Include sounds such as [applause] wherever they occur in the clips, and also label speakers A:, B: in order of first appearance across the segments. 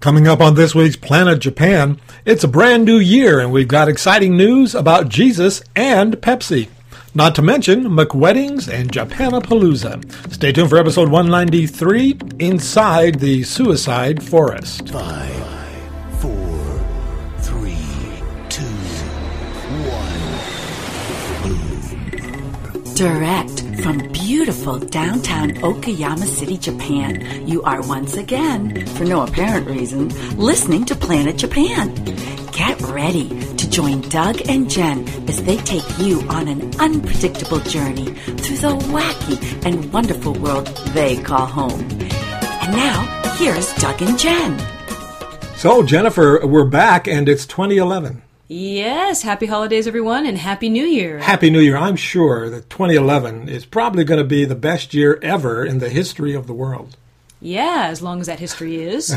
A: Coming up on this week's Planet Japan, it's a brand new year and we've got exciting news about Jesus and Pepsi. Not to mention McWeddings and Japanapalooza. Stay tuned for episode 193 Inside the Suicide Forest.
B: Five, four, three, two, one.
C: Direct from beautiful downtown Okayama City, Japan, you are once again, for no apparent reason, listening to Planet Japan. Get ready to join Doug and Jen as they take you on an unpredictable journey through the wacky and wonderful world they call home. And now, here's Doug and Jen.
A: So, Jennifer, we're back and it's 2011.
D: Yes, happy holidays, everyone, and happy New Year.
A: Happy New Year. I'm sure that 2011 is probably going to be the best year ever in the history of the world.
D: Yeah, as long as that history
A: [laughs]
D: is.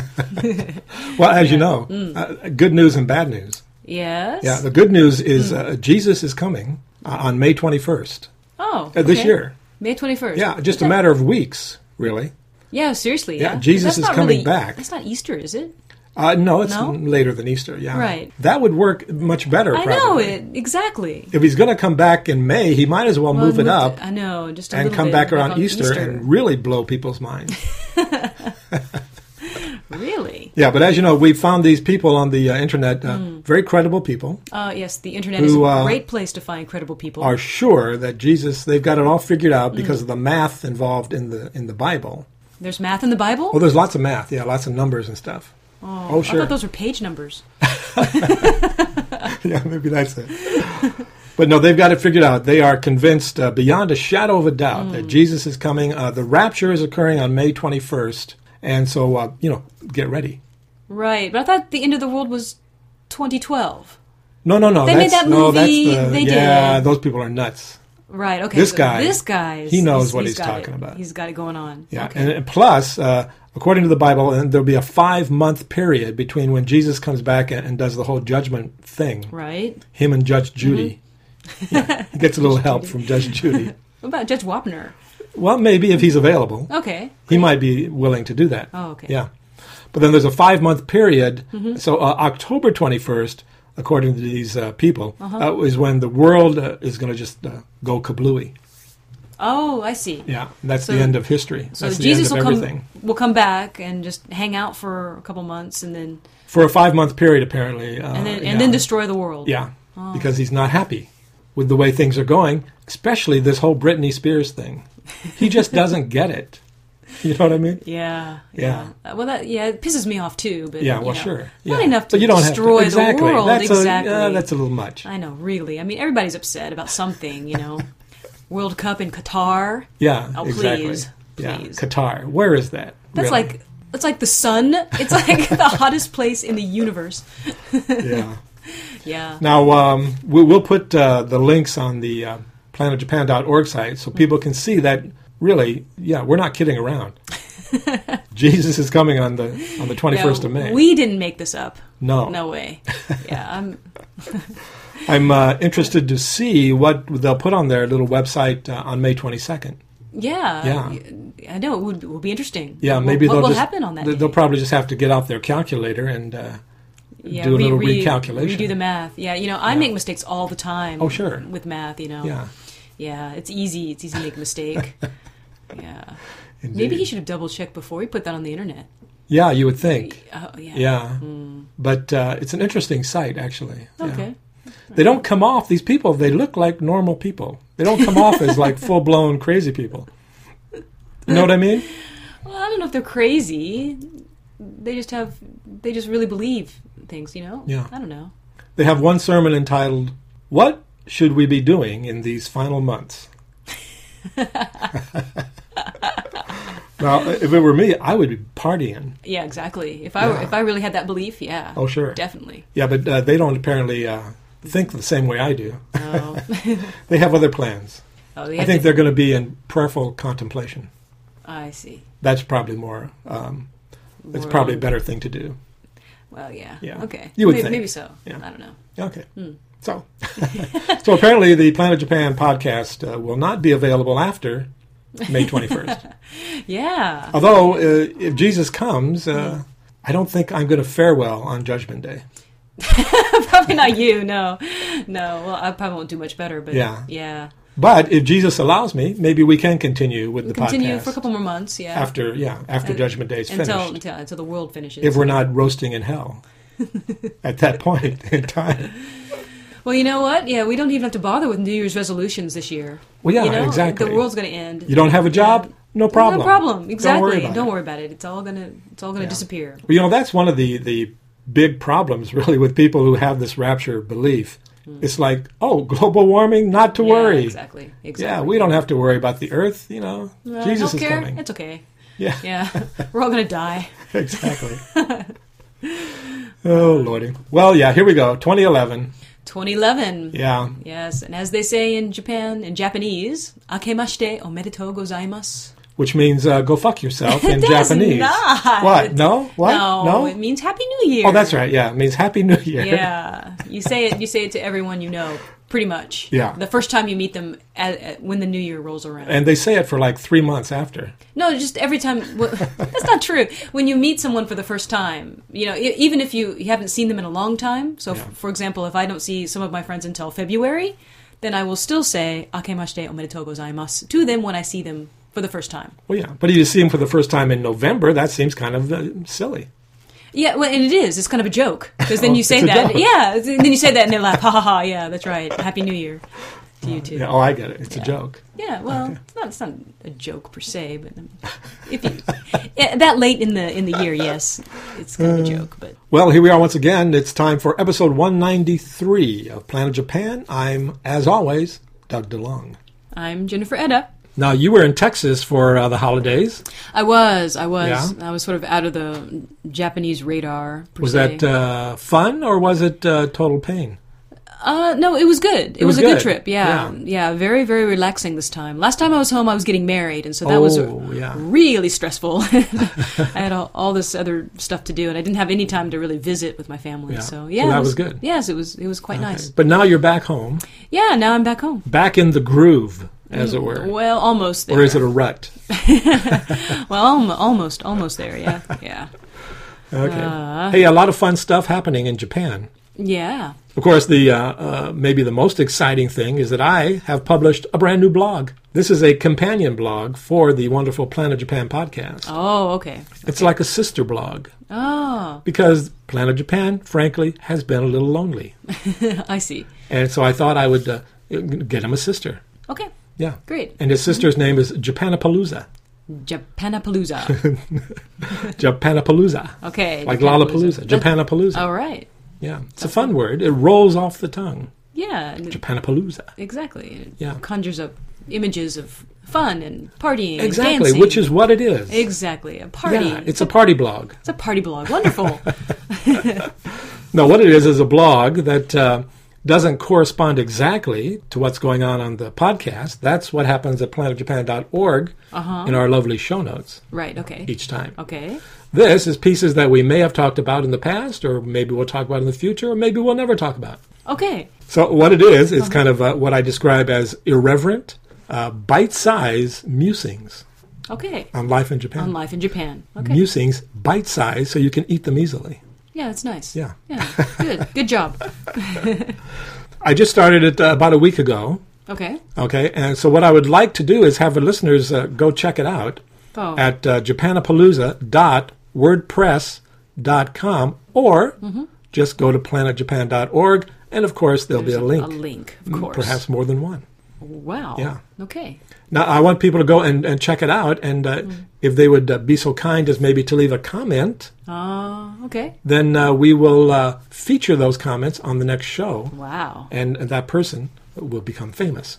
A: Well, as you know, uh, good news and bad news.
D: yes.
A: Yeah, the good news
D: Hmm.
A: is uh, Jesus is coming uh, on May 21st.
D: oh,
A: Uh, this
D: okay.
A: year.
D: May twenty first.
A: Yeah, just a matter of weeks, really.
D: Yeah, seriously.
A: Yeah,
D: Yeah,
A: Jesus
D: That's
A: is
D: not
A: coming
D: really-
A: back.
D: That's not Easter, is it?
A: Uh, no, it's
D: No?
A: later than Easter. Yeah,
D: Right.
A: That would work much better.
D: I know
A: probably.
D: it exactly.
A: If he's going to come back in May, he might as well,
D: Well,
A: move it
D: moved
A: up
D: I know, just a
A: and
D: little
A: come
D: bit,
A: back around
D: on
A: Easter, and really blow people's
D: [laughs]
A: minds.
D: really?
A: yeah, but as you know, we found these people on the uh, internet, uh,
D: Hmm.
A: very credible people,
D: Uh, yes, the internet
A: Who,
D: is a
A: uh,
D: great place to find credible people.
A: are sure that Jesus. They've got it all figured
D: Hmm.
A: out because of the math involved in the in the Bible.
D: There's math in the Bible.
A: Well, there's lots of math. Yeah, lots of numbers and stuff. Oh,
D: I
A: sure.
D: thought those were page numbers.
A: [laughs] yeah, maybe that's it. But no, they've got it figured out. They are convinced uh, beyond a shadow of a doubt
D: Mm.
A: that Jesus is coming. Uh, the rapture is occurring on May 21st. And so, uh, you know, get ready.
D: Right, but I thought the end of the world was 2012.
A: No, no, no.
D: They made
A: that's,
D: that
A: no, that's
D: movie.
A: the-
D: They
A: yeah,
D: did.
A: those people are nuts.
D: Right. Okay.
A: This
D: so
A: guy,
D: This guy. is-
A: he knows what he's
D: got it.
A: talking about.
D: He's got it going on.
A: Yeah.
D: Okay.
A: And, and plus, uh, according to the Bible, and there'll be a five month period between when Jesus comes back and, and does the whole judgment thing.
D: right.
A: Him and Judge Judy.
D: Mm-hmm.
A: Yeah, he gets a
D: [laughs]
A: little help from Judge Judy.
D: What about Judge Wapner?
A: Well, maybe if he's available.
D: Okay.
A: he might be willing to do that.
D: Oh, okay. Mm-hmm.
A: Yeah. But then there's a five month period. So uh, October 21st, according to these uh, people,
D: Uh-huh.
A: uh is when the world uh, is going to just uh, go kablooey.
D: Oh, I see.
A: Yeah. That's
D: So-
A: the end of history.
D: So
A: That's
D: Jesus
A: the end of
D: will
A: everything.
D: come will come back and just hang out for a couple months and then
A: For a five month period, apparently. Uh,
D: and then
A: yeah.
D: and then Oh. destroy the world.
A: Yeah. Because he's not happy with the way things are going, especially this whole Britney Spears thing. He
D: [laughs]
A: just doesn't get it. You know what I mean?
D: Yeah.
A: Yeah.
D: Uh, Well, that yeah, it pisses me off too. But
A: Yeah,
D: you
A: well,
D: know,
A: sure.
D: Not
A: yeah.
D: enough to
A: But you don't have
D: destroy
A: exactly.
D: the world.
A: That's
D: exactly.
A: A, uh, that's a little much.
D: I know, really. I mean, everybody's upset about something, you
A: [laughs]
D: know. World Cup in Qatar.
A: Yeah,
D: Oh,
A: exactly.
D: please,
A: Yeah,
D: please.
A: Qatar. Where is that?
D: That's
A: really?
D: like that's like the sun. It's like [laughs] the hottest place in the universe.
A: yeah.
D: Yeah.
A: Now um, we, we'll put uh, the links on the uh, planetjapan.org site so people can see that. Really, yeah, we're not kidding
D: [laughs]
A: around. Jesus is coming on the on the twenty
D: Yeah,
A: first of May. Oh.
D: We didn't make this up.
A: no, [laughs]
D: No way. Yeah, um, I'm
A: I'm uh, interested to see what they'll put on their little website uh, on May twenty second.
D: yeah.
A: Yeah.
D: I know it would, will be interesting.
A: Yeah,
D: What-
A: maybe
D: what,
A: they'll
D: will
A: just
D: happen on that
A: They'll
D: day?
A: probably just have to get out their calculator and uh, do a little recalculation.
D: Redo the math. Yeah, you know, I make mistakes all the time.
A: Oh, sure.
D: With math, you know.
A: yeah.
D: Yeah, it's easy. It's easy to make a
A: [laughs]
D: mistake. yeah.
A: Indeed.
D: Maybe he should have double checked before he put that on the internet.
A: Yeah, you would think.
D: Oh, yeah.
A: Yeah. But uh, it's an interesting site, actually. Yeah.
D: Hmm. Okay.
A: They don't come off, these people, they look like normal people. They don't come off as
D: [laughs]
A: like full blown crazy people. You know what I mean?
D: Well, I don't know if they're crazy. They just have. They just really believe things. You know.
A: Yeah.
D: I don't know.
A: They have one sermon entitled, What Should We Be Doing in These Final
D: [laughs]
A: Months? now, if it were me, I would be partying.
D: Yeah, exactly. If I were,
A: Yeah.
D: if I really had that belief, yeah.
A: Oh, sure.
D: Definitely.
A: Yeah, but uh, they don't apparently uh, think the same way I do. [laughs]
D: Oh.
A: They have other plans.
D: [laughs] oh, they
A: I
D: have
A: think
D: to-
A: they're going to be in prayerful contemplation.
D: I see.
A: that's probably more um, it's
D: More-
A: probably a better thing to do
D: Well, yeah.
A: Yeah.
D: Okay.
A: You would
D: maybe,
A: think.
D: maybe so.
A: Yeah.
D: I don't know.
A: okay
D: Hmm.
A: so [laughs] so apparently the planet japan podcast uh, will not be available after may 21st
D: [laughs] Yeah.
A: Oh.
D: Hmm.
A: although uh, if jesus comes uh, I don't think I'm going to fare well on Judgment Day.
D: [laughs] probably not you. No, no. Well, I probably won't do much better. But
A: Yeah.
D: yeah, yeah.
A: But if Jesus allows me, maybe we can continue with the
D: Continue
A: podcast
D: for a couple more months. Yeah,
A: after yeah after Judgment Day is finished.
D: until, until until the world finishes.
A: if we're not roasting in
D: [laughs]
A: hell at that point in time.
D: well, you know what? Yeah, we don't even have to bother with New Year's resolutions this year.
A: Well, yeah,
D: you know,
A: exactly.
D: The world's going to end.
A: You don't have a job, no problem.
D: No problem. Exactly.
A: Don't worry about it.
D: It's all gonna. It's all gonna disappear.
A: Well, you know that's one of the the big problems really with people who have this rapture belief. It's like, oh, global warming, not to
D: Hmm. Yeah,
A: worry.
D: Exactly. Exactly.
A: Yeah, we don't have to worry about the earth. You know,
D: Uh,
A: Jesus
D: don't
A: is
D: care.
A: coming.
D: [laughs] It's okay.
A: yeah, [laughs]
D: Yeah, [laughs] we're all gonna die.
A: exactly. oh lordy. Well, yeah. Here we go. 2011.
D: 2011.
A: Yeah.
D: Yes, and as they say in Japan, in Japanese, "Akemashite omedetou gozaimasu."
A: Which means uh, go fuck
D: [laughs]
A: yourself in
D: It does
A: Japanese.
D: not.
A: What? No. What?
D: No, it means Happy New Year.
A: Oh, that's right. Yeah, it means Happy New Year.
D: Yeah, you say it. You say it to everyone you know, pretty much.
A: Yeah.
D: The first time you meet them at, at, when the New Year rolls around.
A: And they say it for like three months after.
D: No, just every time. Well, [laughs] that's not true. When you meet someone for the first time, you know, e- even if you, you haven't seen them in a long time. So, f- for example, if I don't see some of my friends until February, then I will still say "Akemashite omedetou gozaimasu" to them when I see them for the first time.
A: Well, yeah. But if you see them for the first time in November, that seems kind of uh, silly.
D: Yeah, well, and it is. It's kind of a joke because then
A: Oh,
D: you say
A: it's a
D: that.
A: joke.
D: Yeah, it's- and then you say that, and they laugh. Ha ha ha! Yeah, that's right. Happy New Year to you too.
A: Yeah, oh, I get it. It's a joke.
D: Yeah, well, it's, not, it's not a joke per se, but um, if you [laughs] yeah, that late in the in the year, yes, it's kind
A: Uh.
D: of a joke. But
A: Well, here we are once again. It's time for episode 193 of Planet Japan. I'm, as always, Doug DeLong.
D: I'm Jennifer Edda.
A: Now, you were in Texas for uh, the holidays.
D: I was, I was,
A: Yeah?
D: I was sort of out of the Japanese radar. Per
A: Was
D: se.
A: that uh, fun or was it uh, total pain?
D: Uh, no, it was good. It,
A: was
D: was, a good,
A: good.
D: trip. Yeah. yeah, very, very relaxing this time. Last time I was home, I was getting married, and so that was
A: Oh, yeah.
D: really stressful. [laughs] I had all, all this other stuff to do, and I didn't have any time to really visit with my family.
A: Yeah.
D: So
A: So
D: yeah,
A: that
D: it
A: was good.
D: Yes, it was. It was quite nice.
A: But now you're back home,
D: Yeah, now I'm back home.
A: back in the groove, as it were.
D: Well, almost there.
A: Or is it a rut?
D: well, alm- almost, almost there. Yeah, [laughs] yeah,
A: Okay. hey, a lot of fun stuff happening in Japan.
D: yeah.
A: Of course, the uh, uh, maybe the most exciting thing is that I have published a brand new blog. This is a companion blog for the wonderful Planet Japan podcast.
D: Oh, okay.
A: It's like a sister blog
D: Oh,
A: because Planet Japan, frankly, has been a little lonely,
D: I see.
A: and so I thought I would uh, get him a sister.
D: Okay,
A: Yeah,
D: great.
A: And his sister's name is Japanapalooza. [laughs]
D: Japanapalooza.
A: Japanapalooza,
D: Okay,
A: like
D: Japanapalooza. Oh.
A: Lollapalooza.
D: That-
A: Japanapalooza.
D: All right.
A: Yeah, it's a fun word. It rolls off the tongue.
D: Yeah, and it-
A: Japanapalooza.
D: exactly. It
A: Yeah.
D: conjures up images of fun and partying. and
A: Exactly,
D: dancing.
A: which is what it is.
D: exactly a party.
A: Yeah, it's a party blog.
D: it's a party blog.
A: [laughs]
D: Wonderful.
A: No, what it is is a blog that uh, doesn't correspond exactly to what's going on on the podcast. That's what happens at planetjapan.org in our lovely show notes
D: right. Okay.
A: each time.
D: Uh-huh. Okay.
A: This is pieces that we may have talked about in the past, or maybe we'll talk about in the future, or maybe we'll never talk about.
D: Okay.
A: So, what it is,
D: Uh-huh.
A: it's kind of uh, what I describe as irreverent, uh, bite size musings
D: Okay.
A: on life in Japan.
D: On life in Japan. Okay.
A: Musings, bite size, so you can eat them easily.
D: Yeah, it's nice.
A: Yeah.
D: Yeah. Good. Good job.
A: I just started it uh, about a week ago.
D: Okay.
A: Okay, and so what I would like to do is have the listeners uh, go check it out
D: Oh.
A: at uh, japanapalooza.wordpress.com or
D: Mm-hmm.
A: just go to planetjapan.org, and of course there'll
D: There's
A: be a link, Mm, um,
D: A link, of course.
A: perhaps more than one.
D: Wow.
A: Yeah.
D: Okay.
A: Now, I want people to go and, and check it out, and uh,
D: Mm-hmm.
A: if they would uh, be so kind as maybe to leave a comment,
D: Uh, okay.
A: then uh, we will uh, feature those comments on the next show,
D: Wow.
A: and that person will become famous.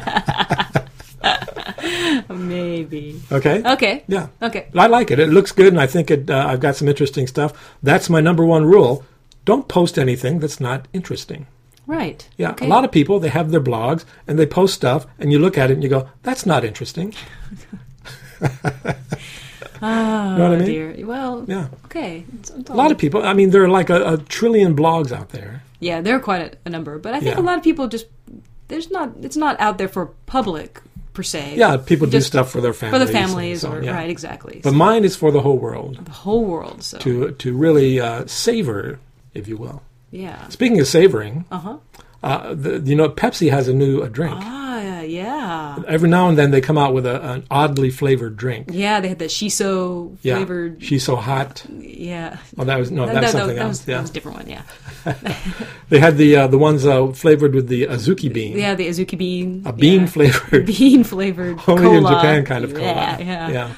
A: [laughs]
D: Maybe.
A: Okay?
D: [laughs] Okay.
A: Yeah.
D: Okay.
A: I like it. It looks good, and I think it. Uh, I've got some interesting stuff. That's my number one rule: don't post anything that's not interesting.
D: Right.
A: Yeah,
D: Okay.
A: a lot of people they have their blogs and they post stuff, and you look at it and you go, "That's not interesting."
D: Oh,
A: know what I mean?
D: dear. Well.
A: Yeah,
D: Okay. It's- it's
A: a
D: all-
A: lot of people. I mean, there are like a, a trillion blogs out there.
D: Yeah, there are quite a, a number, but I think
A: Yeah.
D: a lot of people just there's not it's not out there for public per per se.
A: Yeah, people do
D: Just
A: stuff for their
D: for
A: families.
D: the
A: and
D: families,
A: so,
D: or
A: yeah.
D: right, exactly.
A: But mine is for the whole world
D: the whole world. So
A: to to really uh, savor, if you will.
D: yeah.
A: Speaking of savoring,
D: Uh huh.
A: uh, the, you know Pepsi has a new a drink.
D: Ah, yeah.
A: Every now and then they come out with a, an oddly flavored drink.
D: Yeah, they had that shiso
A: Yeah,
D: flavored.
A: she's so hot.
D: yeah.
A: Oh, that was no, that's something
D: that,
A: else.
D: was,
A: yeah,
D: that was a different one, yeah.
A: they had the uh, the ones uh, flavored with the azuki bean,
D: Yeah, the Azuki bean.
A: a bean
D: yeah.
A: flavored.
D: [laughs]
A: [laughs]
D: Bean flavored.
A: Only in
D: cola.
A: Japan, kind of cola.
D: Yeah, yeah.
A: yeah.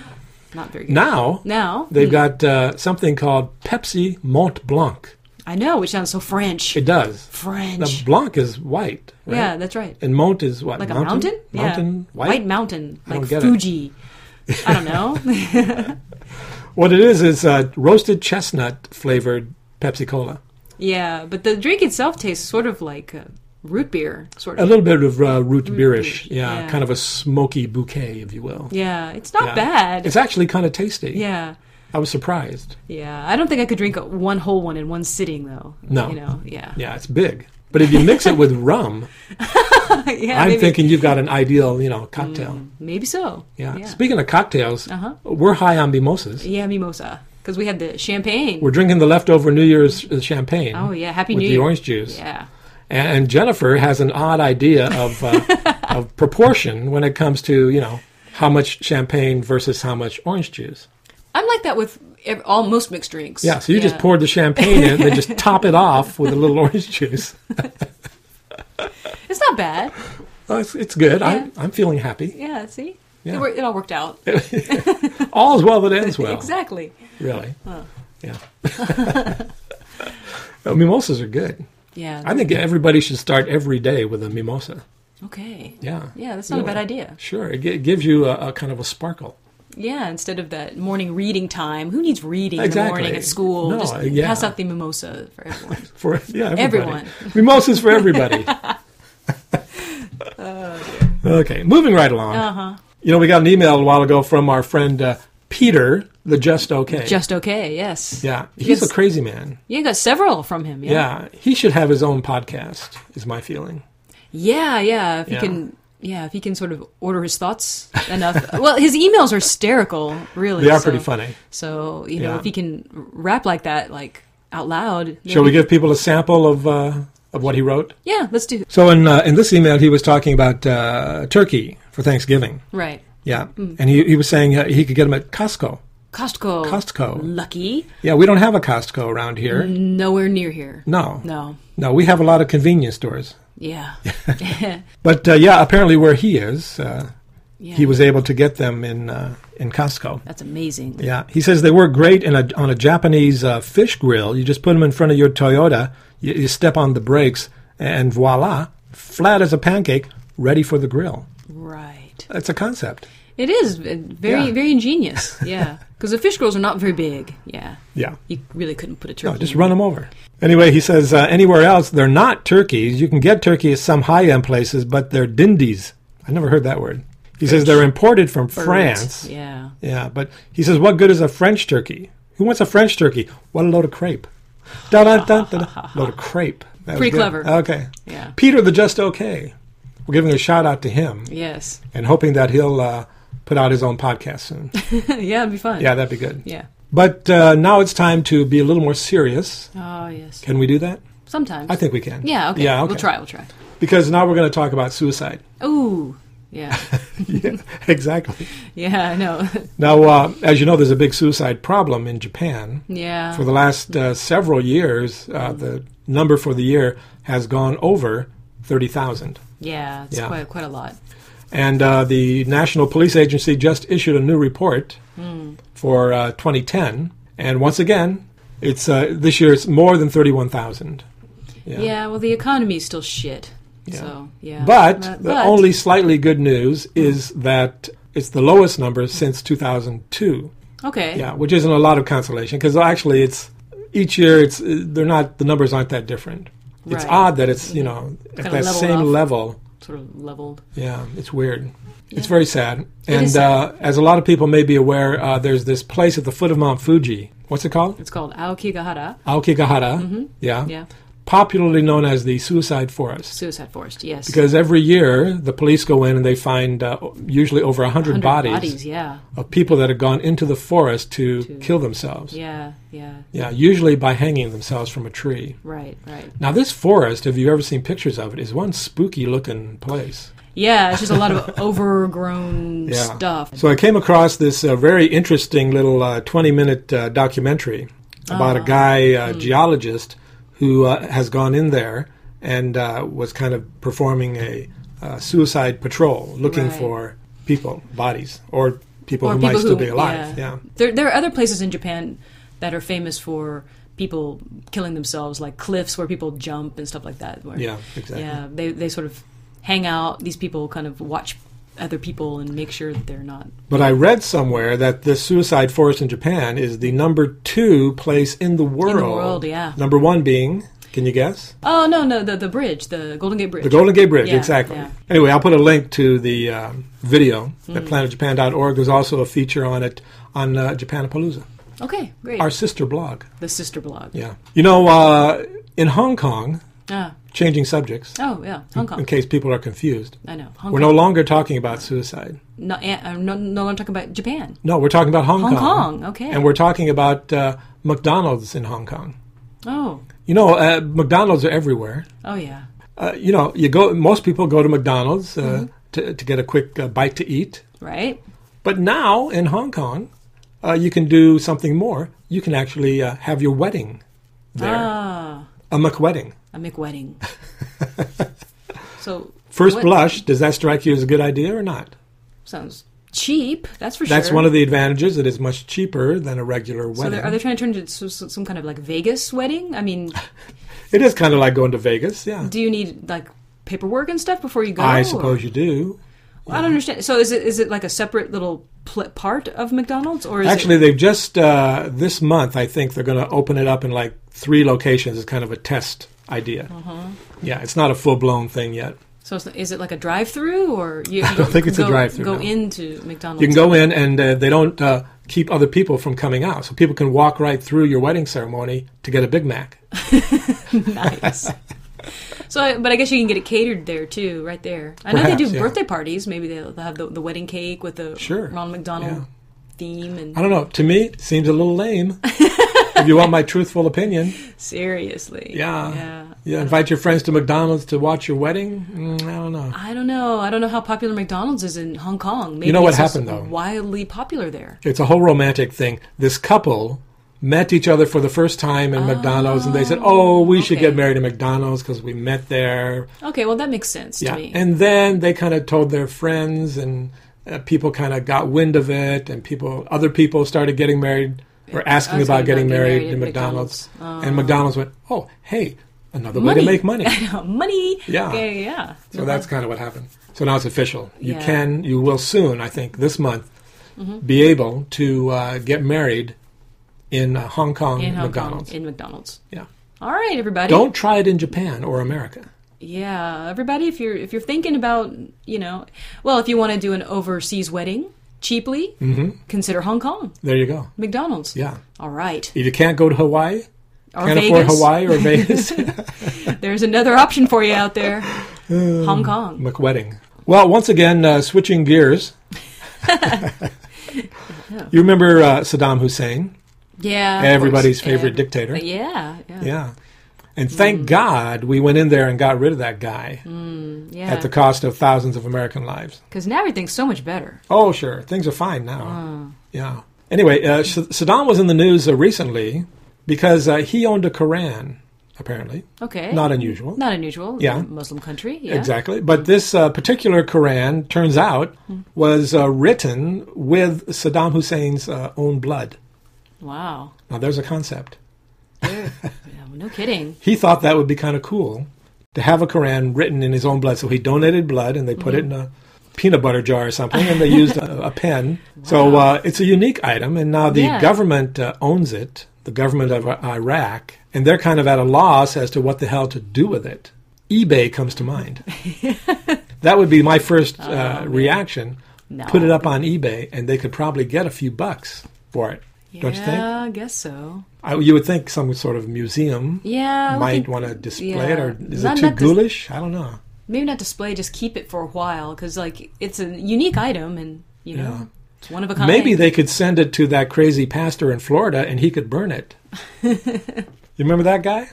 D: Not very good.
A: Now
D: now,
A: they've got uh, something called Pepsi Mont Blanc.
D: I know, which sounds so French.
A: It does. Now,
D: French.
A: Blanc is white, right?
D: Yeah, that's right.
A: And Mont is what?
D: Like a mountain?
A: Mountain?
D: yeah.
A: White?
D: mountain.
A: don't
D: Like
A: get it.
D: Fuji. I don't
A: [laughs]
D: know. [laughs]
A: What it is is uh, roasted chestnut flavored Pepsi Cola.
D: yeah, but the drink itself tastes sort of like uh, root beer, sort
A: A
D: of.
A: little bit of uh, root beerish.
D: beer,
A: Yeah,
D: yeah.
A: Kind of a smoky bouquet, if you will.
D: Yeah, it's not
A: Yeah.
D: bad.
A: It's actually kind of tasty.
D: yeah.
A: I was surprised.
D: Yeah, I don't think I could drink a- one whole one in one sitting, though.
A: No.
D: you know, yeah,
A: Yeah, it's big. But if you mix it with rum,
D: [laughs] yeah.
A: I'm
D: maybe,
A: thinking you've got an ideal, you know, cocktail.
D: maybe so.
A: Yeah.
D: yeah,
A: Speaking of cocktails,
D: Uh-huh.
A: we're high on mimosas.
D: yeah mimosa because we had the champagne.
A: We're drinking the leftover New Year's uh, champagne.
D: oh yeah, happy
A: with
D: New
A: the
D: Year.
A: orange juice.
D: Yeah,
A: And, and Jennifer has an odd idea of
D: [laughs]
A: uh, of proportion when it comes to you know how much champagne versus how much orange juice.
D: I'm like that with ev- all most mixed drinks.
A: Yeah. So you just poured the champagne in, and then
D: [laughs]
A: just top it off with a little orange juice.
D: It's not bad.
A: Oh, it's, it's good.
D: Yeah.
A: I, I'm feeling happy.
D: Yeah, see,
A: Yeah.
D: It, wor- it all worked out.
A: All's well that ends well.
D: [laughs] exactly.
A: Really. Yeah.
D: [laughs]
A: Uh, Mimosas are good.
D: Yeah.
A: I think everybody should start every day with a mimosa.
D: okay.
A: Yeah.
D: Yeah, that's not a
A: Really.
D: bad idea.
A: Sure, it, gi- it gives you a, a kind of a sparkle.
D: Yeah, instead of that morning reading time, who needs reading in the morning
A: Exactly.
D: at school?
A: No,
D: Just
A: yeah.
D: pass out the mimosa for
A: [laughs]
D: everyone.
A: for yeah everybody.
D: Everyone. Oh,
A: Mimosas for
D: [laughs]
A: everybody. okay, moving right along.
D: uh huh.
A: You know, we got an email a while ago from our friend uh, Peter, the Just Okay.
D: Just okay. Yes.
A: yeah, he's
D: Yes.
A: a crazy man.
D: Yeah, you got several from him.
A: Yeah. he should have his own podcast. Is my feeling.
D: Yeah, yeah. If
A: Yeah.
D: he can, yeah, if he can sort of order his thoughts enough. [laughs] well, his emails are hysterical, really.
A: They are
D: so-
A: pretty funny.
D: So you know,
A: Yeah.
D: if he can rap like that, like out loud.
A: Shall we
D: maybe-
A: give people a sample of uh, of what he wrote?
D: Yeah, let's do.
A: So in uh, in this email, he was talking about uh, turkey for Thanksgiving.
D: Right,
A: Yeah,
D: Mm.
A: and he he was saying uh, he could get them at Costco.
D: Costco.
A: Costco.
D: Lucky.
A: Yeah, we don't have a Costco around here.
D: Nowhere near here.
A: No.
D: Mm. No.
A: No, we have a lot of convenience stores. [laughs]
D: Yeah.
A: But uh, yeah, apparently where he is, uh,
D: yeah.
A: he was able to get them in uh, in Costco.
D: That's amazing.
A: Yeah, he says they work great in a, on a Japanese uh, fish grill. You just put them in front of your Toyota, you, you step on the brakes, and voila, flat as a pancake, ready for the grill.
D: Right.
A: That's a concept.
D: It is uh, very,
A: Yeah.
D: very
A: [laughs]
D: ingenious. Yeah, because the fish girls are not very big. Yeah.
A: Yeah.
D: You really couldn't put a turkey.
A: No, just run them over. Anyway, he says uh, anywhere else they're not turkeys. You can get turkey at some high end places, but they're dindies. I never heard that word. He says they're imported from
D: in.
A: France.
D: Yeah.
A: Yeah, but he says, "What good is a French turkey? Who wants a French turkey? What a load of crepe!" Da da da da. Load of crepe. That was
D: Pretty
A: good.
D: clever.
A: Okay.
D: Yeah.
A: Peter the Just Okay. We're giving a shout out to him
D: Yes. [laughs]
A: and hoping that he'll uh, put out his own podcast soon.
D: yeah, it'd be fun.
A: yeah, that'd be good.
D: Yeah.
A: But uh, now it's time to be a little more serious.
D: Oh yes.
A: Can we do that?
D: Sometimes.
A: I think we can.
D: Yeah. Okay.
A: Yeah. Okay.
D: We'll try. We'll try.
A: Because now we're going to talk about suicide. [laughs]
D: Ooh. Yeah.
A: yeah. [laughs] Exactly.
D: yeah. I know. [laughs]
A: Now, uh, as you know, there's a big suicide problem in Japan.
D: yeah.
A: For the last uh, several years, uh, the number for the year has gone over 30,000.
D: yeah. It's
A: Yeah.
D: quite quite a lot.
A: And uh, the National Police Agency just issued a new report
D: Hmm.
A: for uh, 2010. And once again, it's uh, this year it's more than 31,000.
D: Yeah. Well, the economy's still shit. So yeah.
A: But
D: But-
A: the
D: but-
A: only slightly good news is that it's the lowest number since 2002.
D: Okay.
A: Yeah, which isn't a lot of consolation because actually it's each year it's they're not the numbers aren't that different. It's
D: Right.
A: odd that it's you know at
D: Kinda
A: that
D: leveled
A: same
D: off.
A: level.
D: Sort of leveled.
A: Yeah, it's weird. It's very sad. And
D: is
A: Uh, as a lot of people may be aware, uh, there's this place at the foot of Mount Fuji. What's it called?
D: It's called Aokigahara.
A: Aokigahara. Mm-hmm. Yeah.
D: Yeah.
A: popularly known as the suicide forest.
D: Suicide Forest, yes.
A: Because every year the police go in and they find uh, usually over 100,
D: 100
A: bodies,
D: yeah.
A: of people that have gone into the forest to, kill themselves.
D: Yeah, yeah.
A: yeah, usually by hanging themselves from a tree.
D: Right, right.
A: Now, this forest, if you've ever seen pictures of it, is one spooky looking place.
D: Yeah, it's just a lot
A: [laughs]
D: of overgrown stuff.
A: So I came across this uh, very interesting little uh, 20 minute uh, documentary about a guy, uh, geologist, who uh, has gone in there and uh, was kind of performing a uh, suicide patrol looking
D: Right.
A: for people, bodies, or people who might still be alive. Yeah.
D: There, there are other places in Japan that are famous for people killing themselves, like cliffs where people jump and stuff like that. Where,
A: Yeah, exactly.
D: Yeah, they, they sort of hang out. These people kind of watch other people and make sure that they're not.
A: But I read somewhere that this suicide forest in Japan is the number two place in the world.
D: world, yeah.
A: Number one being, can you guess?
D: Oh, no, no, the, the bridge, the Golden Gate Bridge.
A: The Golden Gate Bridge,
D: Yeah,
A: exactly.
D: yeah. Mm.
A: Anyway, I'll put a link to the um, video at planetjapan.org. There's also a feature on it on uh, Japanapalooza,
D: Okay, great.
A: our sister blog.
D: the sister blog.
A: Yeah. You know, uh, in Hong Kong,
D: Ah,
A: changing subjects,
D: oh, yeah, Hong Kong.
A: in case people are confused,
D: I know. Hong
A: we're no
D: Kong.
A: longer talking about suicide.
D: No, eh, I'm no, no longer talking about Japan.
A: No, we're talking about Hong,
D: Hong
A: Kong.
D: Kong, okay.
A: And we're talking about uh, McDonald's in Hong Kong.
D: Oh,
A: You know, uh, McDonald's are everywhere.
D: oh, yeah.
A: Uh, you know, you go. Most people go to McDonald's uh,
D: Mm-hmm.
A: to, to get a quick uh, bite to eat.
D: Right?
A: But now in Hong Kong, uh, you can do something more. You can actually uh, have your wedding there,
D: Ah,
A: a McWedding.
D: a
A: [laughs]
D: McWedding. so
A: First
D: what-
A: blush, does that strike you as a good idea or not?
D: sounds cheap. That's for sure.
A: That's one of the advantages. It is much cheaper than a regular
D: So
A: wedding.
D: they're- are they trying to turn it into so- so- some kind of like Vegas wedding? I mean,
A: it is kind of like going to Vegas. Yeah,
D: do you need like paperwork and stuff before you go?
A: I
D: or-
A: suppose you do.
D: I don't understand. So is it is it like a separate little pl- part of McDonald's or is
A: Actually,
D: it,
A: they've just uh, this month. I think they're going to open it up in like three locations as kind of a test idea.
D: Uh-huh.
A: Yeah, it's not a full blown thing yet.
D: so it's- is it like a drive-through or
A: [laughs]
D: you? I
A: don't think it's a
D: go,
A: drive-thru,
D: Go
A: no.
D: into McDonald's.
A: You can go in, and uh, they don't uh, keep other people from coming out, so people can walk right through your wedding ceremony to get a Big Mac.
D: nice. So, I- but I guess you can get it catered there too, right there. I know they
A: Perhaps,
D: do
A: yeah.
D: birthday parties. Maybe they'll they'll have the, the wedding cake with the
A: Sure,
D: Ronald McDonald
A: yeah.
D: theme and
A: I don't know. To me, it seems a little
D: [laughs]
A: lame. if you want my truthful opinion,
D: seriously,
A: yeah,
D: yeah.
A: Yeah, Invite your friends to McDonald's to watch your wedding. Mm, I don't know.
D: I don't know. I don't know how popular McDonald's is in Hong Kong. Maybe
A: know what
D: it's just
A: happened, though?
D: Wildly popular there.
A: It's a whole romantic thing. This couple met each other for the first time in McDonald's, and they said, "Oh, we should
D: okay.
A: get married in McDonald's because we met there."
D: Okay, well that makes sense to me.
A: And then they kind of told their friends, and uh, people kind of got wind of it, and people, other people started getting married or asking
D: Asking
A: about getting
D: about getting
A: married,
D: married
A: in
D: at
A: McDonald's. And McDonald's went, oh, hey, another way
D: Money.
A: to make
D: [laughs]
A: money.
D: [laughs] money.
A: Yeah.
D: Okay, yeah.
A: so that's kind of what happened. So now it's official. You
D: Yeah. Mm-hmm.
A: can, you will soon, I think, this month, be able to uh, get married in uh, Hong Kong
D: in Hong
A: McDonald's.
D: Kong in McDonald's.
A: yeah.
D: All right, everybody.
A: Don't try it in Japan or America.
D: Yeah, everybody, if you're if you're thinking about you know, well, if you want to do an overseas wedding cheaply, consider Hong Kong
A: There you go.
D: McDonald's.
A: Mm-hmm. Yeah.
D: All right.
A: If you can't go to Hawaii,
D: Or
A: can't afford Hawaii or Vegas.
D: [laughs] There's another option for you
A: [laughs]
D: out there.
A: Um,
D: Hong Kong.
A: McWedding. Well, once again, uh, switching
D: [laughs]
A: gears. you remember uh, Saddam Hussein,
D: Yeah. of
A: everybody's
D: course.
A: favorite
D: Ev-
A: dictator. Yeah.
D: Yeah, Mm. yeah,
A: And thank God we went in there and got rid of that guy
D: yeah.
A: at the cost of thousands of American lives.
D: Because now everything's so much better.
A: Oh, sure. Things are fine now. Yeah. Anyway, uh, S- Saddam was in the news uh, recently because uh, he owned a Koran, apparently.
D: Okay.
A: Not unusual.
D: Eh? Not unusual.
A: Yeah.
D: Muslim country. Yeah.
A: Exactly. But this uh, particular Quran, turns out,
D: Hmm.
A: was uh, written with Saddam Hussein's uh, own blood.
D: Wow.
A: Now, there's a concept.
D: Yeah, well, no kidding.
A: He thought that would be kind of cool to have a Quran written in his own blood. So he donated blood and they put it in a peanut butter jar or something
D: [laughs]
A: and they used a, a pen. So uh, it's a unique item. And now the
D: Yeah.
A: government uh, owns it, the government of I- Iraq, and they're kind of at a loss as to what the hell to do with it. eBay comes to
D: [laughs]
A: mind. that would be my first uh, reaction.
D: Oh, No.
A: Put it up on eBay and they could probably get a few bucks for it. Don't you think?
D: Yeah, I guess so.
A: I, you would think some sort of museum
D: Yeah, I would
A: might
D: think-
A: want to display it,
D: yeah.
A: or is
D: Not-
A: it too
D: not dis-
A: ghoulish? I don't know.
D: maybe not display, just keep it for a while because like it's a unique item and you know
A: Yeah.
D: it's one of a kind.
A: Maybe they could send it to that crazy pastor in Florida and he could burn
D: [laughs]
A: it. you remember that guy?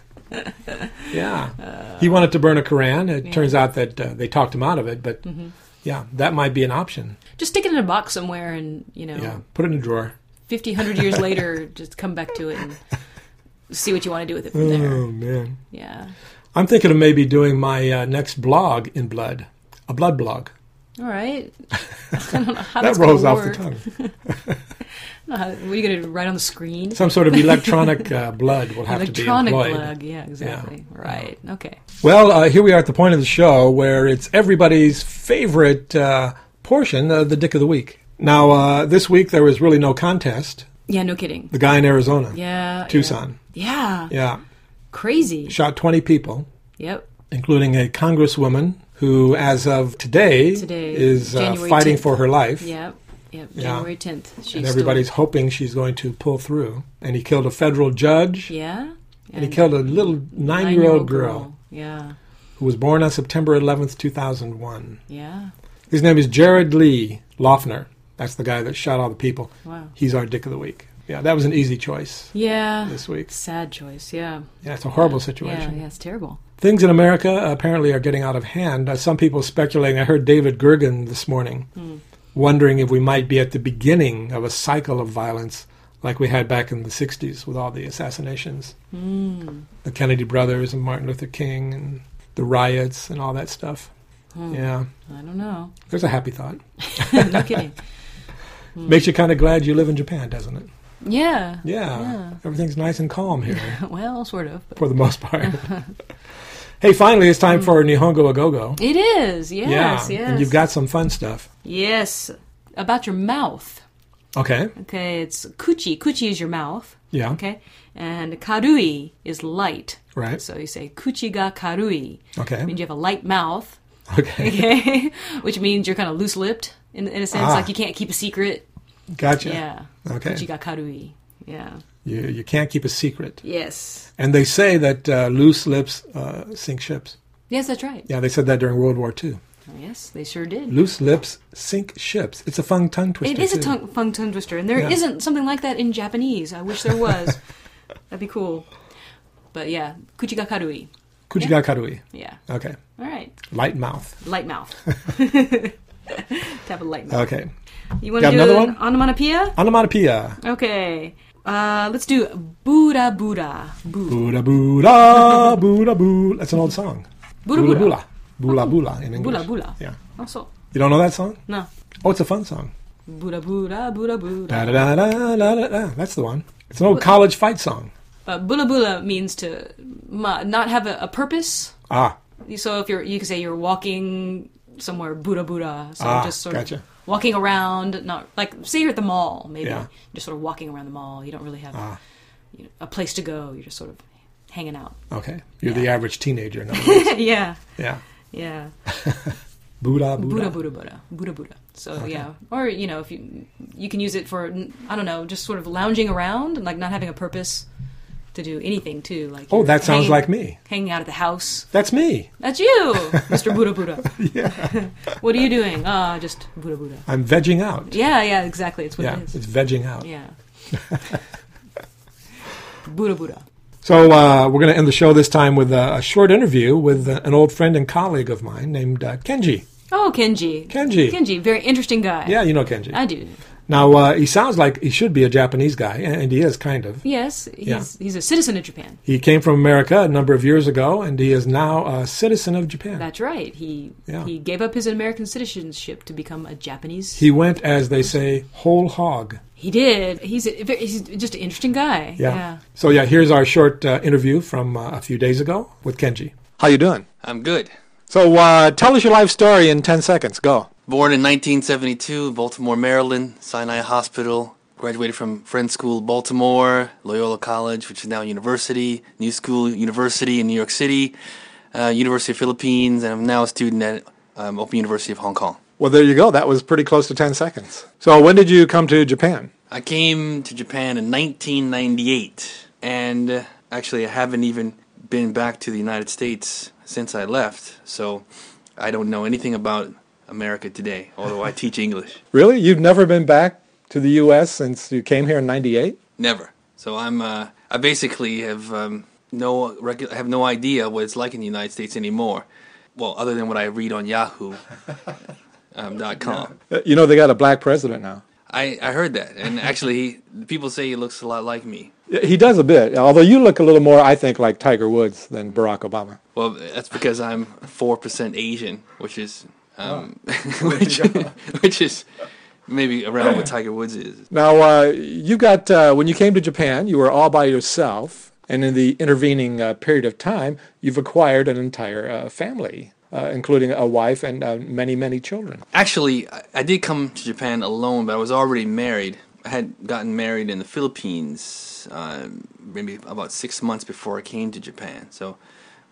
A: Yeah. he wanted to burn a Koran. It turns out that uh, they talked him out of it, but
D: Mm-hmm.
A: yeah, that might be an option.
D: just stick it in a box somewhere and you know
A: Yeah, put it in a drawer.
D: 50, 100
A: [laughs]
D: years later, just come back to it and see what you want to do with it from there.
A: Oh, man.
D: Yeah.
A: I'm thinking of maybe doing my uh, next blog in blood, a blood blog. [laughs]
D: All right. [laughs] I don't know
A: That
D: how Oh, that's gonna
A: rolls off the
D: work.
A: tongue.
D: I don't know how- What are you going to write on the screen?
A: Some
D: [laughs]
A: sort of electronic uh, blood will have
D: Electronic
A: to be employed.
D: plug. Yeah, exactly. Right. Okay.
A: Well, uh, here we are at the point of the show where it's everybody's favorite uh, portion of the Dick of the Week. Now, uh, this week there was really no contest.
D: Yeah, no kidding.
A: The guy in Arizona,
D: Yeah. yeah.
A: Tucson,
D: Yeah.
A: yeah,
D: Crazy.
A: shot 20 people,
D: Yep.
A: including a congresswoman who, as of today,
D: Today,
A: is uh,
D: January
A: fighting
D: 10th.
A: for her life.
D: Yep. Yep. January 10th. She's
A: And everybody's hoping she's going to pull through. And he killed a federal judge,
D: Still, yeah.
A: and he killed a little nine year old girl
D: Yeah.
A: who was born on September 11th, 2001.
D: Yeah.
A: His name is Jared Lee Loeffner. That's the guy that shot all the people.
D: Wow.
A: He's our dick of the week. Yeah, that was an easy choice
D: Yeah.
A: this week.
D: Sad choice. Yeah.
A: Yeah, it's a horrible
D: Yeah.
A: situation.
D: Yeah. It's terrible.
A: Things in America apparently are getting out of hand. Uh, some people speculating. I heard David Gergen this morning
D: Hmm.
A: wondering if we might be at the beginning of a cycle of violence like we had back in the 60s with all the assassinations. Mm.
D: Hmm.
A: The Kennedy brothers and Martin Luther King and the riots and all that stuff.
D: Hmm.
A: Yeah,
D: I don't know. [laughs]
A: there's a happy thought.
D: no kidding.
A: Makes you kind of glad you live in Japan, doesn't it?
D: Yeah.
A: Yeah.
D: Yeah.
A: Everything's nice and calm here [laughs]
D: Well, sort of. But
A: for the most part. [laughs] hey, finally, it's time for Nihongo Agogo.
D: it is. Yes. Yes.
A: And you've got some fun stuff.
D: Yes. About your mouth.
A: Okay.
D: Okay, it's kuchi. Kuchi is your mouth.
A: Yeah.
D: Okay. And karui is light.
A: Right.
D: So you say kuchi ga karui.
A: Okay. [laughs]
D: [laughs] means you have a light mouth,
A: Okay.
D: okay? [laughs] Which means you're kind of loose lipped in, in a sense.
A: Ah.
D: Like you can't keep a secret.
A: Gotcha.
D: Yeah.
A: Okay.
D: Kuchi ga karui. Yeah.
A: You, you can't keep a secret.
D: Yes.
A: And they say that uh, loose lips uh, sink ships.
D: Yes, that's right.
A: Yeah, they said that during World War II.
D: Yes, they sure did.
A: Loose lips sink ships. It's a fun tongue twister.
D: It is a
A: too.
D: tongue, fun tongue twister, and there
A: Yeah.
D: not something like that in Japanese. I wish there was.
A: [laughs]
D: That'd be cool. But yeah, kuchi ga karui.
A: Kujigakarui.
D: Yeah.
A: Okay.
D: All right.
A: Light mouth.
D: Light mouth. [laughs] Tap a light mouth.
A: Okay.
D: You want
A: got
D: to do
A: Uh, another
D: an
A: one?
D: onomatopoeia?
A: Onomatopoeia.
D: Okay. Uh, let's do Buddha Buddha. Boo.
A: Buddha, Buddha, Buddha, Buddha. That's an old song.
D: Buddha
A: Bula
D: Buddha.
A: Bula. Bula Bula in English.
D: Bula Bula.
A: Yeah.
D: Also.
A: You don't know that song?
D: Oh, No.
A: Oh, it's a fun song.
D: Buddha Buddha
A: Da
D: Buddha Buddha.
A: da da da da da. da. That's the one. It's an old college fight song.
D: But Buddha Buddha means to ma- not have a, a purpose.
A: Ah,
D: So if you're, you could say you're walking somewhere Buddha Buddha. So
A: Ah,
D: just sort
A: gotcha.
D: of walking around, not like say you're at the mall, maybe
A: Yeah. Ah.
D: just sort of walking around the mall. You don't really have you know, a place to go. You're just sort of hanging out. [laughs]
A: okay. You're the average teenager. In other words.
D: yeah.
A: yeah.
D: Yeah.
A: Buddha,
D: Buddha,
A: Buddha.
D: Buddha, Buddha, Buddha, Buddha. So yeah, or you know, if you you can use it for I don't know, just sort of lounging around and like not having a purpose to do anything too. Like
A: Oh,
D: you're
A: that sounds
D: hanging-
A: like me.
D: Hanging out at the house.
A: That's me.
D: That's you,
A: [laughs]
D: Mr. Buddha, Buddha. [laughs] what are you doing? Ah, just Buddha, Buddha.
A: I'm vegging out.
D: Yeah, yeah, exactly. It's what
A: Yeah,
D: it is.
A: it's vegging out.
D: Yeah. [laughs] Buddha, Buddha.
A: So uh, we're going to end the show this time with a, a short interview with uh, an old friend and colleague of mine named uh, Kenji.
D: Oh, Kenji.
A: Kenji.
D: Kenji, very interesting guy.
A: Yeah, you know Kenji.
D: I do.
A: Now uh, he sounds like he should be a Japanese guy, and and he is kind of.
D: Yes, he's he's a citizen of Japan.
A: He came from America a number of years ago, and he is now a citizen of Japan.
D: That's right. He
A: Yeah.
D: he gave up his American citizenship to become a Japanese. He,
A: he went, as they say, whole hog.
D: did. He's a, very- he's just an interesting guy.
A: Yeah. So yeah, here's our short uh, interview from uh, a few days ago with Kenji. How you doing?
E: I'm good.
A: So uh, tell us your life story in ten seconds. Go.
E: Born in 1972, Baltimore, Maryland, Sinai Hospital. Graduated from Friends School, Baltimore, Loyola College, which is now a university, New School University in New York City, uh, University of Philippines, and I'm now a student at um, Open University of Hong Kong.
A: Well, there you go. That was pretty close to 10 seconds. So, when did you come to Japan?
E: I came to Japan in 1998, and uh, actually, I haven't even been back to the United States since I left, so I don't know anything about America today, although I teach English.
A: Really? You've never been back to the U.S. since you came here in 98?
E: Never. So I'm, uh, I basically have um, no, regu- I have no idea what it's like in the United States anymore. Well, other than what I read on Yahoo. Um, dot com.
A: Uh, You know, they got a black president now.
E: I, I heard that, and actually, he, people say he looks a lot like me.
A: Yeah, He does a bit, although you look a little more, I think, like Tiger Woods than Barack Obama.
E: Well, that's because I'm four percent Asian, which is um, [laughs] which, which is maybe around what Tiger Woods is.
A: Now, uh, you got, uh, when you came to Japan, you were all by yourself, and in the intervening uh, period of time, you've acquired an entire uh, family, uh, including a wife and uh, many, many children.
E: Actually, I, I did come to Japan alone, but I was already married. I had gotten married in the Philippines, uh, maybe about six months before I came to Japan. So,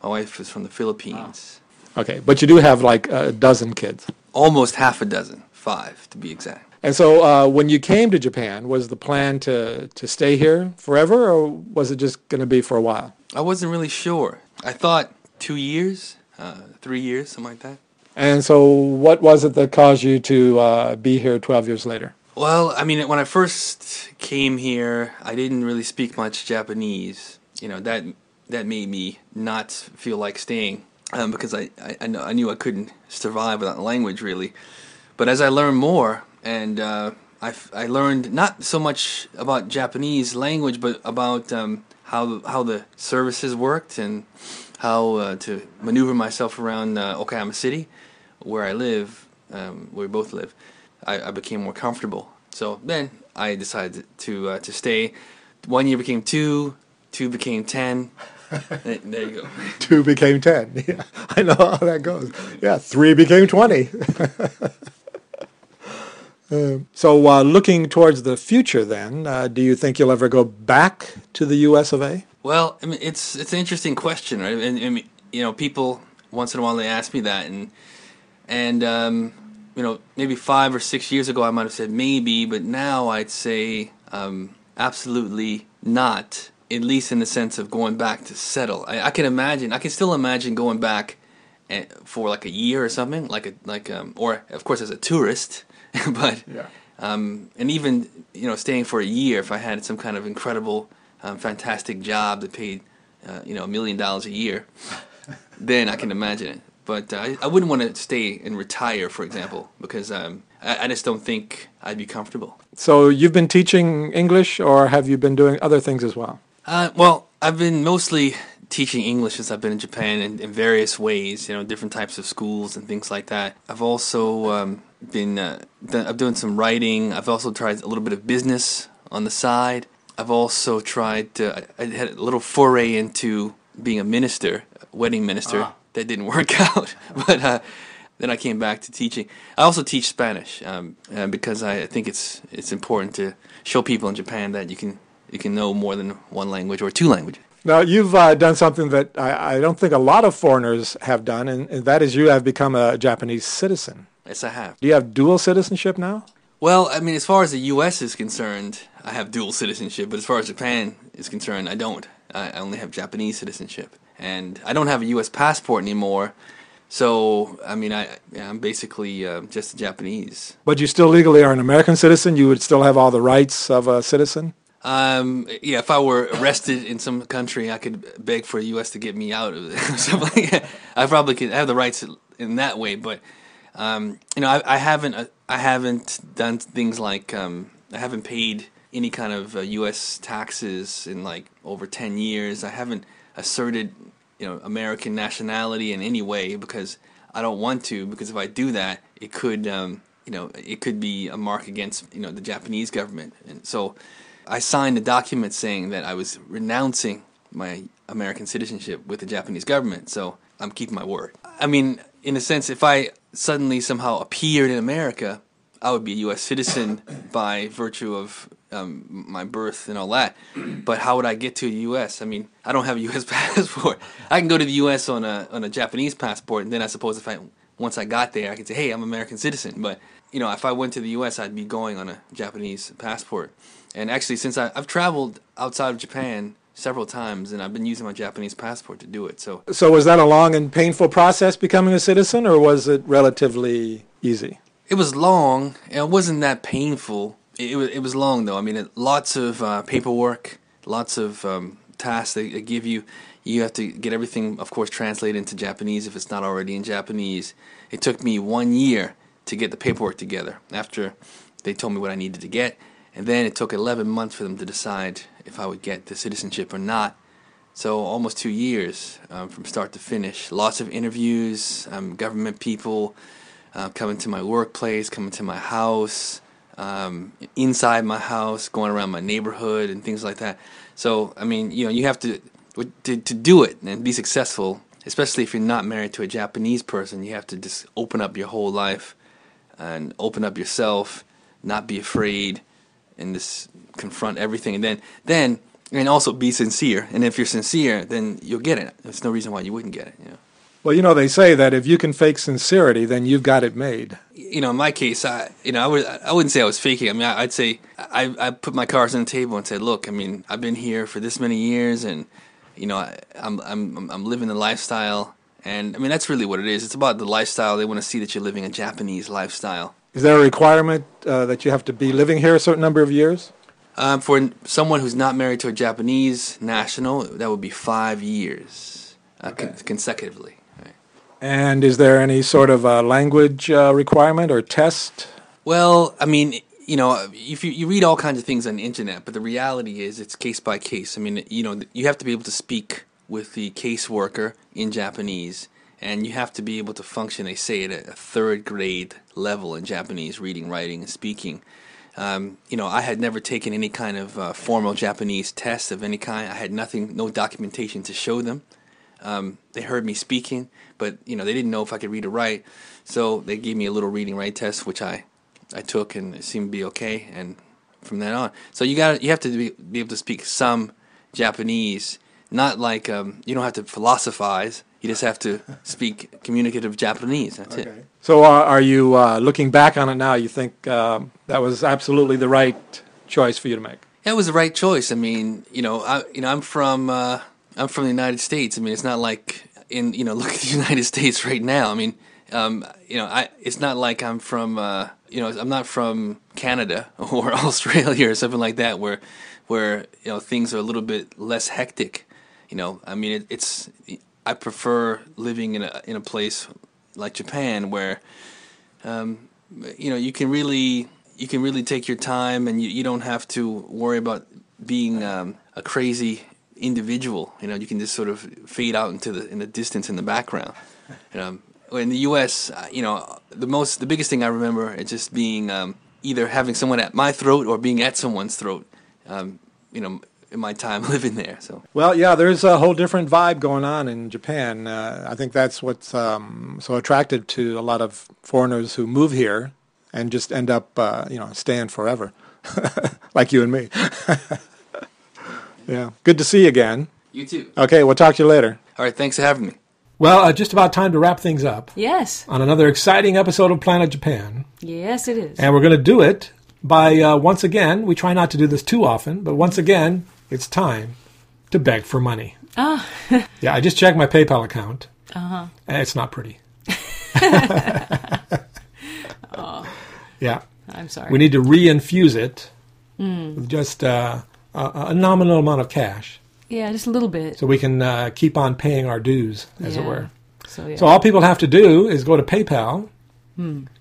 E: my wife was from the Philippines.
A: Okay, but you do have like a dozen kids.
E: Almost half a dozen, five to be exact.
A: And so, uh, when you came to Japan, was the plan to, to stay here forever, or was it just going to be for a while?
E: I wasn't really sure. I thought two years, uh, three years, something like that.
A: And so, what was it that caused you to uh, be here 12 years later?
E: Well, I mean, when I first came here, I didn't really speak much Japanese. You know that that made me not feel like staying um, because I I, I, know, I knew I couldn't survive without the language really. But as I learned more, and uh, I f- I learned not so much about Japanese language, but about um, how how the services worked and how uh, to maneuver myself around uh, Okayama City, where I live, um, where we both live. I, I became more comfortable. So then I decided to uh, to stay. One year became two, two became ten. Eh, there you go.
A: Two became 10. [laughs] Yeah, I know how that goes. Yeah, three became 20. [laughs] Um, so, uh, looking towards the future, then, uh, do you think you'll ever go back to the US of A?
E: Well, I mean, it's it's an interesting question, right? And, and you know, people once in a while they ask me that, and and um, you know, maybe five or six years ago I might have said maybe, but now I'd say um, absolutely not. At least in the sense of going back to settle. I, I can imagine. I can still imagine going back and, for like a year or something, like a like um, or of course as a tourist, [laughs] but um, and even you know staying for a year if I had some kind of incredible, um, fantastic job that paid uh, you know a million dollars a year, then I can imagine it. But uh, I, I wouldn't want to stay and retire, for example, because um, I, I just don't think I'd be comfortable.
A: So, you've been teaching English, or have you been doing other things as well?
E: Uh, well, I've been mostly teaching English since I've been in Japan in, in various ways, you know, different types of schools and things like that. I've also um, been uh, done, I'm doing some writing. I've also tried a little bit of business on the side. I've also tried to, I I had a little foray into being a minister, a wedding minister. That didn't work [laughs] out, but uh, then I came back to teaching. I also teach Spanish um, uh, because I think it's it's important to show people in Japan that you can you can know more than one language or two languages.
A: Now, you've uh, done something that I, I don't think a lot of foreigners have done, and, and that is you have become a Japanese citizen.
E: Yes, I have.
A: Do you have dual citizenship now?
E: Well, I mean, as far as the U.S. is concerned, I have dual citizenship, but as far as Japan is concerned, I don't. I I only have Japanese citizenship, and I don't have a U.S. passport anymore. So, I mean, I I'm basically uh, just a Japanese.
A: But you still legally are an American citizen. You would still have all the rights of a citizen.
E: Um, yeah, if I were arrested in some country, I could beg for the U.S. to get me out of it. [laughs] Something like that. I probably could I have the rights in that way, but um, you know, I, I haven't, uh, I haven't done things like um, I haven't paid any kind of uh, U.S. taxes in like over ten years. I haven't asserted, you know, American nationality in any way because I don't want to. Because if I do that, it could, um, you know, it could be a mark against, you know, the Japanese government. And so, I signed a document saying that I was renouncing my American citizenship with the Japanese government, so I'm keeping my word. I mean, in a sense, if I suddenly somehow appeared in America, I would be a U.S. citizen [coughs] by virtue of um, my birth and all that. But how would I get to the U.S.? I mean, [laughs] I don't have a U.S. passport. I can go to the U.S. on a on a Japanese passport, and then I suppose if I once I got there, I could say, hey, I'm American citizen. But, you know, if I went to the U.S., I'd be going on a Japanese passport. And actually, since I, I've traveled outside of Japan several times, and I've been using my Japanese passport to do it. So
A: So was that a long and painful process becoming a citizen, or was it relatively easy?
E: it was long and it wasn't that painful it, it, was, it was long though i mean it, lots of uh, paperwork lots of um, tasks they, they give you you have to get everything of course translated into japanese if it's not already in japanese it took me one year to get the paperwork together after they told me what i needed to get and then it took 11 months for them to decide if i would get the citizenship or not so almost two years um, from start to finish lots of interviews um, government people uh, coming to my workplace, coming to my house, um, inside my house, going around my neighborhood, and things like that. So, I mean, you know, you have to to, to do it and be successful, especially if you're not married to a Japanese person. You have to just open up your whole life and open up yourself, not be afraid, and just confront everything. And then, then, and also be sincere. And if you're sincere, then you'll get it. There's no reason why you wouldn't get it. You know.
A: Well, you know, they say that if you can fake sincerity, then you've got it made.
E: you know, in my case, I, you know, I would, I wouldn't say I was faking. I mean, I, I'd say I, I put my cards on the table and said, look, I mean, I've been here for this many years, and you know, I, I'm, I'm, I'm living the lifestyle, and I mean, that's really what it is. It's about the lifestyle. They want to see that you're living a Japanese lifestyle.
A: Is there a requirement uh, that you have to be living here a certain number of years?
E: Um, for n- someone who's not married to a Japanese national, that would be five years uh, con- consecutively. Right.
A: And is there any sort of uh, language uh, requirement or test?
E: Well, I mean, you know, if you, you read all kinds of things on the internet, but the reality is it's case by case. I mean, you know, you have to be able to speak with the caseworker in Japanese, and you have to be able to function, they say, at a, a third grade level in Japanese reading, writing, and speaking. Um, you know, I had never taken any kind of uh, formal Japanese test of any kind. I had nothing, no documentation to show them they heard me speaking, but you know they didn't know if I could read or write, so they gave me a little reading write test, which I I took and it seemed to be okay. And from then on, so you got to you have to be, be able to speak some Japanese, not like um, you don't have to philosophize. You just have to speak communicative Japanese. That's it.
A: So are, are you uh, looking back on it now? You think um that was absolutely the right choice for you to make?
E: That was the right choice. I mean, you know, I you know I'm from uh, I'm from the United States. I mean, it's not like in you know [laughs] look at the United States right now. I mean, um, you know, I it's not like I'm from uh, you know I'm not from Canada [laughs] or Australia or something like that where where you know things are a little bit less hectic. You know, I mean, it, it's I prefer living in a in a place like Japan where you know you can really you can really take your time and you, you don't have to worry about being um, a crazy individual you know you can just sort of fade out into the in the distance in the background you know in the US uh, you know the most the biggest thing I remember is just being um, either having someone at my throat or being at someone's throat um, you know in my time [laughs] living there so
A: Well, yeah, there's a whole different vibe going on in Japan. Uh, I think that's what's um, so attractive to a lot of foreigners who move here and just end up, uh, you know, staying forever, [laughs] like you and me. [laughs] yeah, good to see you again.
E: you too
A: Okay, we'll talk to you later.
E: all right thanks for having me
A: Well, uh, just about time to wrap things up
D: Yes.
A: on another exciting episode of Planet Japan.
D: Yes, it is.
A: And we're going to do it by uh, once again, we try not to do this too often, but once again, it's time to beg for money. Ah. [laughs] yeah, I just checked my PayPal account. Uh-huh. It's not [laughs] pretty. Yeah.
D: I'm sorry.
A: We need to reinfuse it with just uh, a, a nominal amount of cash
D: yeah, just a little bit.
A: so we can uh, keep on paying our dues, as it
D: Yeah.
A: were.
D: So, yeah.
A: So all people have to do is go to PayPal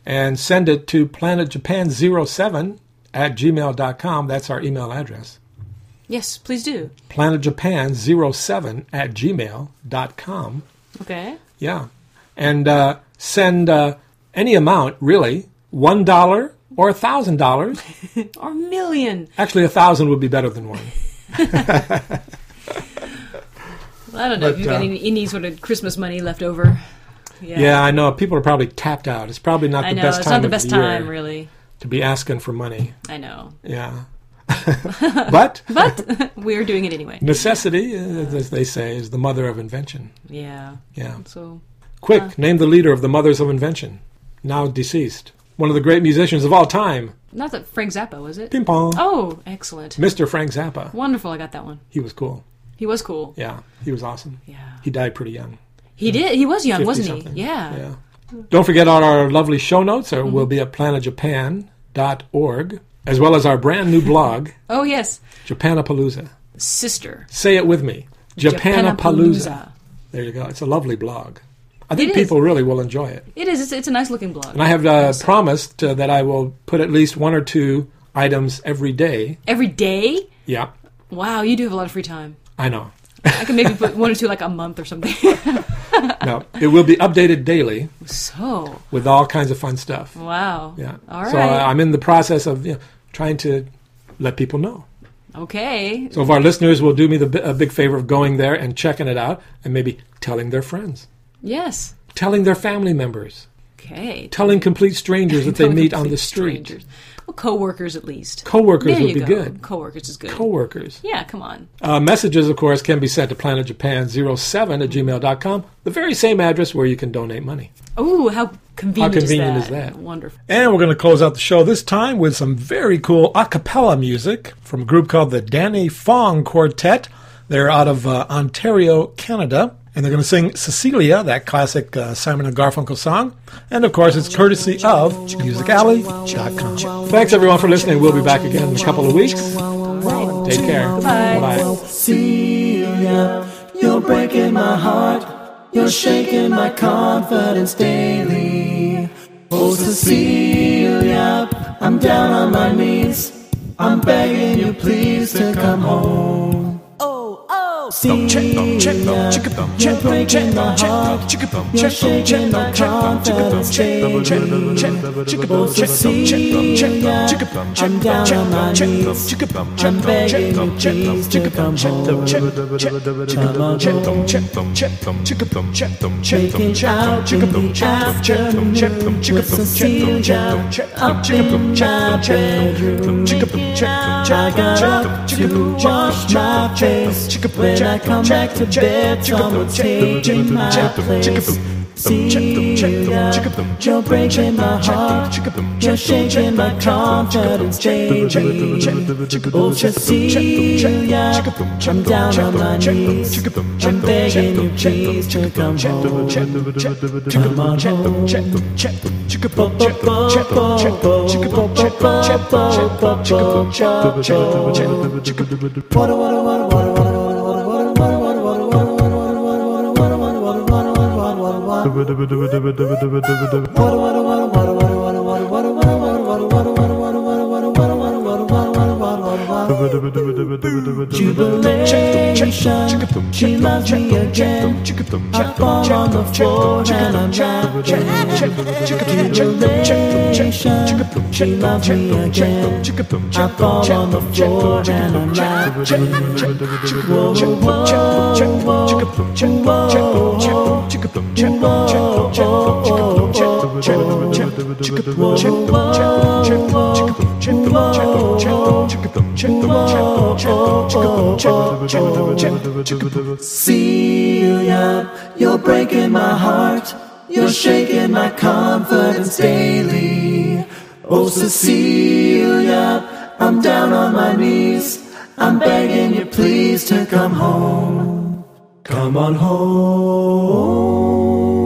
A: and send it to planetjapan07 at gmail.com. That's our email address.
D: yes, please do.
A: planetjapan07 at gmail.com.
D: Okay.
A: Yeah. And uh, send uh, any amount, really, $1 or $1,000.
D: Or a million.
A: Actually, 1000 would be better than one.
D: Well, I don't know if
A: But,
D: you've got
A: uh,
D: any, any sort of Christmas money left over. Yeah.
A: Yeah, I know. People are probably tapped out. It's probably not
D: I
A: the
D: know.
A: best
D: It's
A: time
D: not the
A: of
D: best
A: year
D: time, really.
A: to be asking for money.
D: I know.
A: Yeah. [laughs] but
D: But we're doing it anyway.
A: necessity, uh, as they say, is the mother of invention.
D: Yeah.
A: Yeah.
D: So
A: Quick, name the leader of the Mothers of Invention, now deceased. One of the great musicians of all time.
D: Not that Frank Zappa was it?
A: Ping pong.
D: Oh, excellent.
A: Mr. Frank Zappa.
D: Wonderful, I got that one.
A: He was cool.
D: He was cool.
A: Yeah, he was awesome.
D: Yeah.
A: He died pretty young.
D: He did. He was young,
A: 50
D: wasn't
A: something.
D: he? Yeah. Mm-hmm.
A: Yeah. Don't forget on our lovely show notes, or will be at planetjapan.org, as well as our brand new blog, [laughs]
D: Oh yes,
A: Japanapalooza.
D: sister.
A: Say it with me. Japanapalooza.
D: Japanapalooza.
A: There you go. It's a lovely blog. I
D: It
A: think
D: is.
A: people really will enjoy it.
D: It is. It's, it's a nice looking blog.
A: And I have uh, promised uh, that I will put at least one or two items every day.
D: Every day.
A: Yeah,
D: Wow, you do have a lot of free time.
A: I know.
D: I could maybe put one or two like a month or something. [laughs]
A: No, it will be updated daily
D: so
A: with all kinds of fun stuff.
D: wow.
A: Yeah.
D: All right.
A: So I, I'm in the process of you know, trying to let people know.
D: okay.
A: So if our listeners will do me the bi- a big favor of going there and checking it out, and maybe telling their friends,
D: Yes.
A: telling their family members,
D: Okay.
A: telling complete
D: [laughs]
A: strangers that they
D: Totally
A: meet on
D: complete
A: the street,
D: strangers. Well, coworkers at least.
A: Coworkers
D: There
A: would
D: you
A: be
D: go.
A: good.
D: Coworkers is good.
A: coworkers.
D: yeah. Come on.
A: Uh, messages, of course, can be sent to planetjapan07 at gmail.com, the very same address where you can donate money.
D: Oh, how convenient.
A: convenient
D: is
A: is
D: that?
A: that?
D: Wonderful.
A: And we're going to close out the show this time with some very cool a cappella music from a group called the Danny Fong Quartet. They're out of uh, Ontario, Canada. And they're going to sing Cecilia, that classic uh, Simon and Garfunkel song. And of course, it's courtesy of musicalley.com. Thanks everyone for listening. We'll be back again in a couple of weeks. Take care.
D: Bye.
A: Bye.
F: see ya. You're breaking my heart. You're shaking my confidence daily. Oh, Cecilia, I'm down on my knees. I'm begging you, please, to come home. Oh, oh, You're breaking my heart. You're shaking my confidence daily. Oh, Cecilia, I'm down on my knees. I'm begging you, please, to come home. Making out in the afternoon with Cecilia up in my bedroom. I got up to wash my face. When I come back to bed, someone's taking my place. Cecilia, you're breaking my heart. You're shaking my confidence daily. Oh, Cecilia, I'm down on my knees. I'm begging you, please, to come home. Come on home. Bo- bo- bo- bo- bo- bo- bo- bo- bo- bo- bo- bo- Jubilation, she loves me again. I fall on the floor and I'm laughing. Jubilation, she loves me again. I fall on the floor and I'm laughing. Whoa, whoa, whoa, whoa, whoa. Celia, you're breaking my heart. You're shaking my confidence daily. Oh, Cecilia, I'm down on my knees. I'm begging you,
A: Oh.
F: please, to come home. Come on home.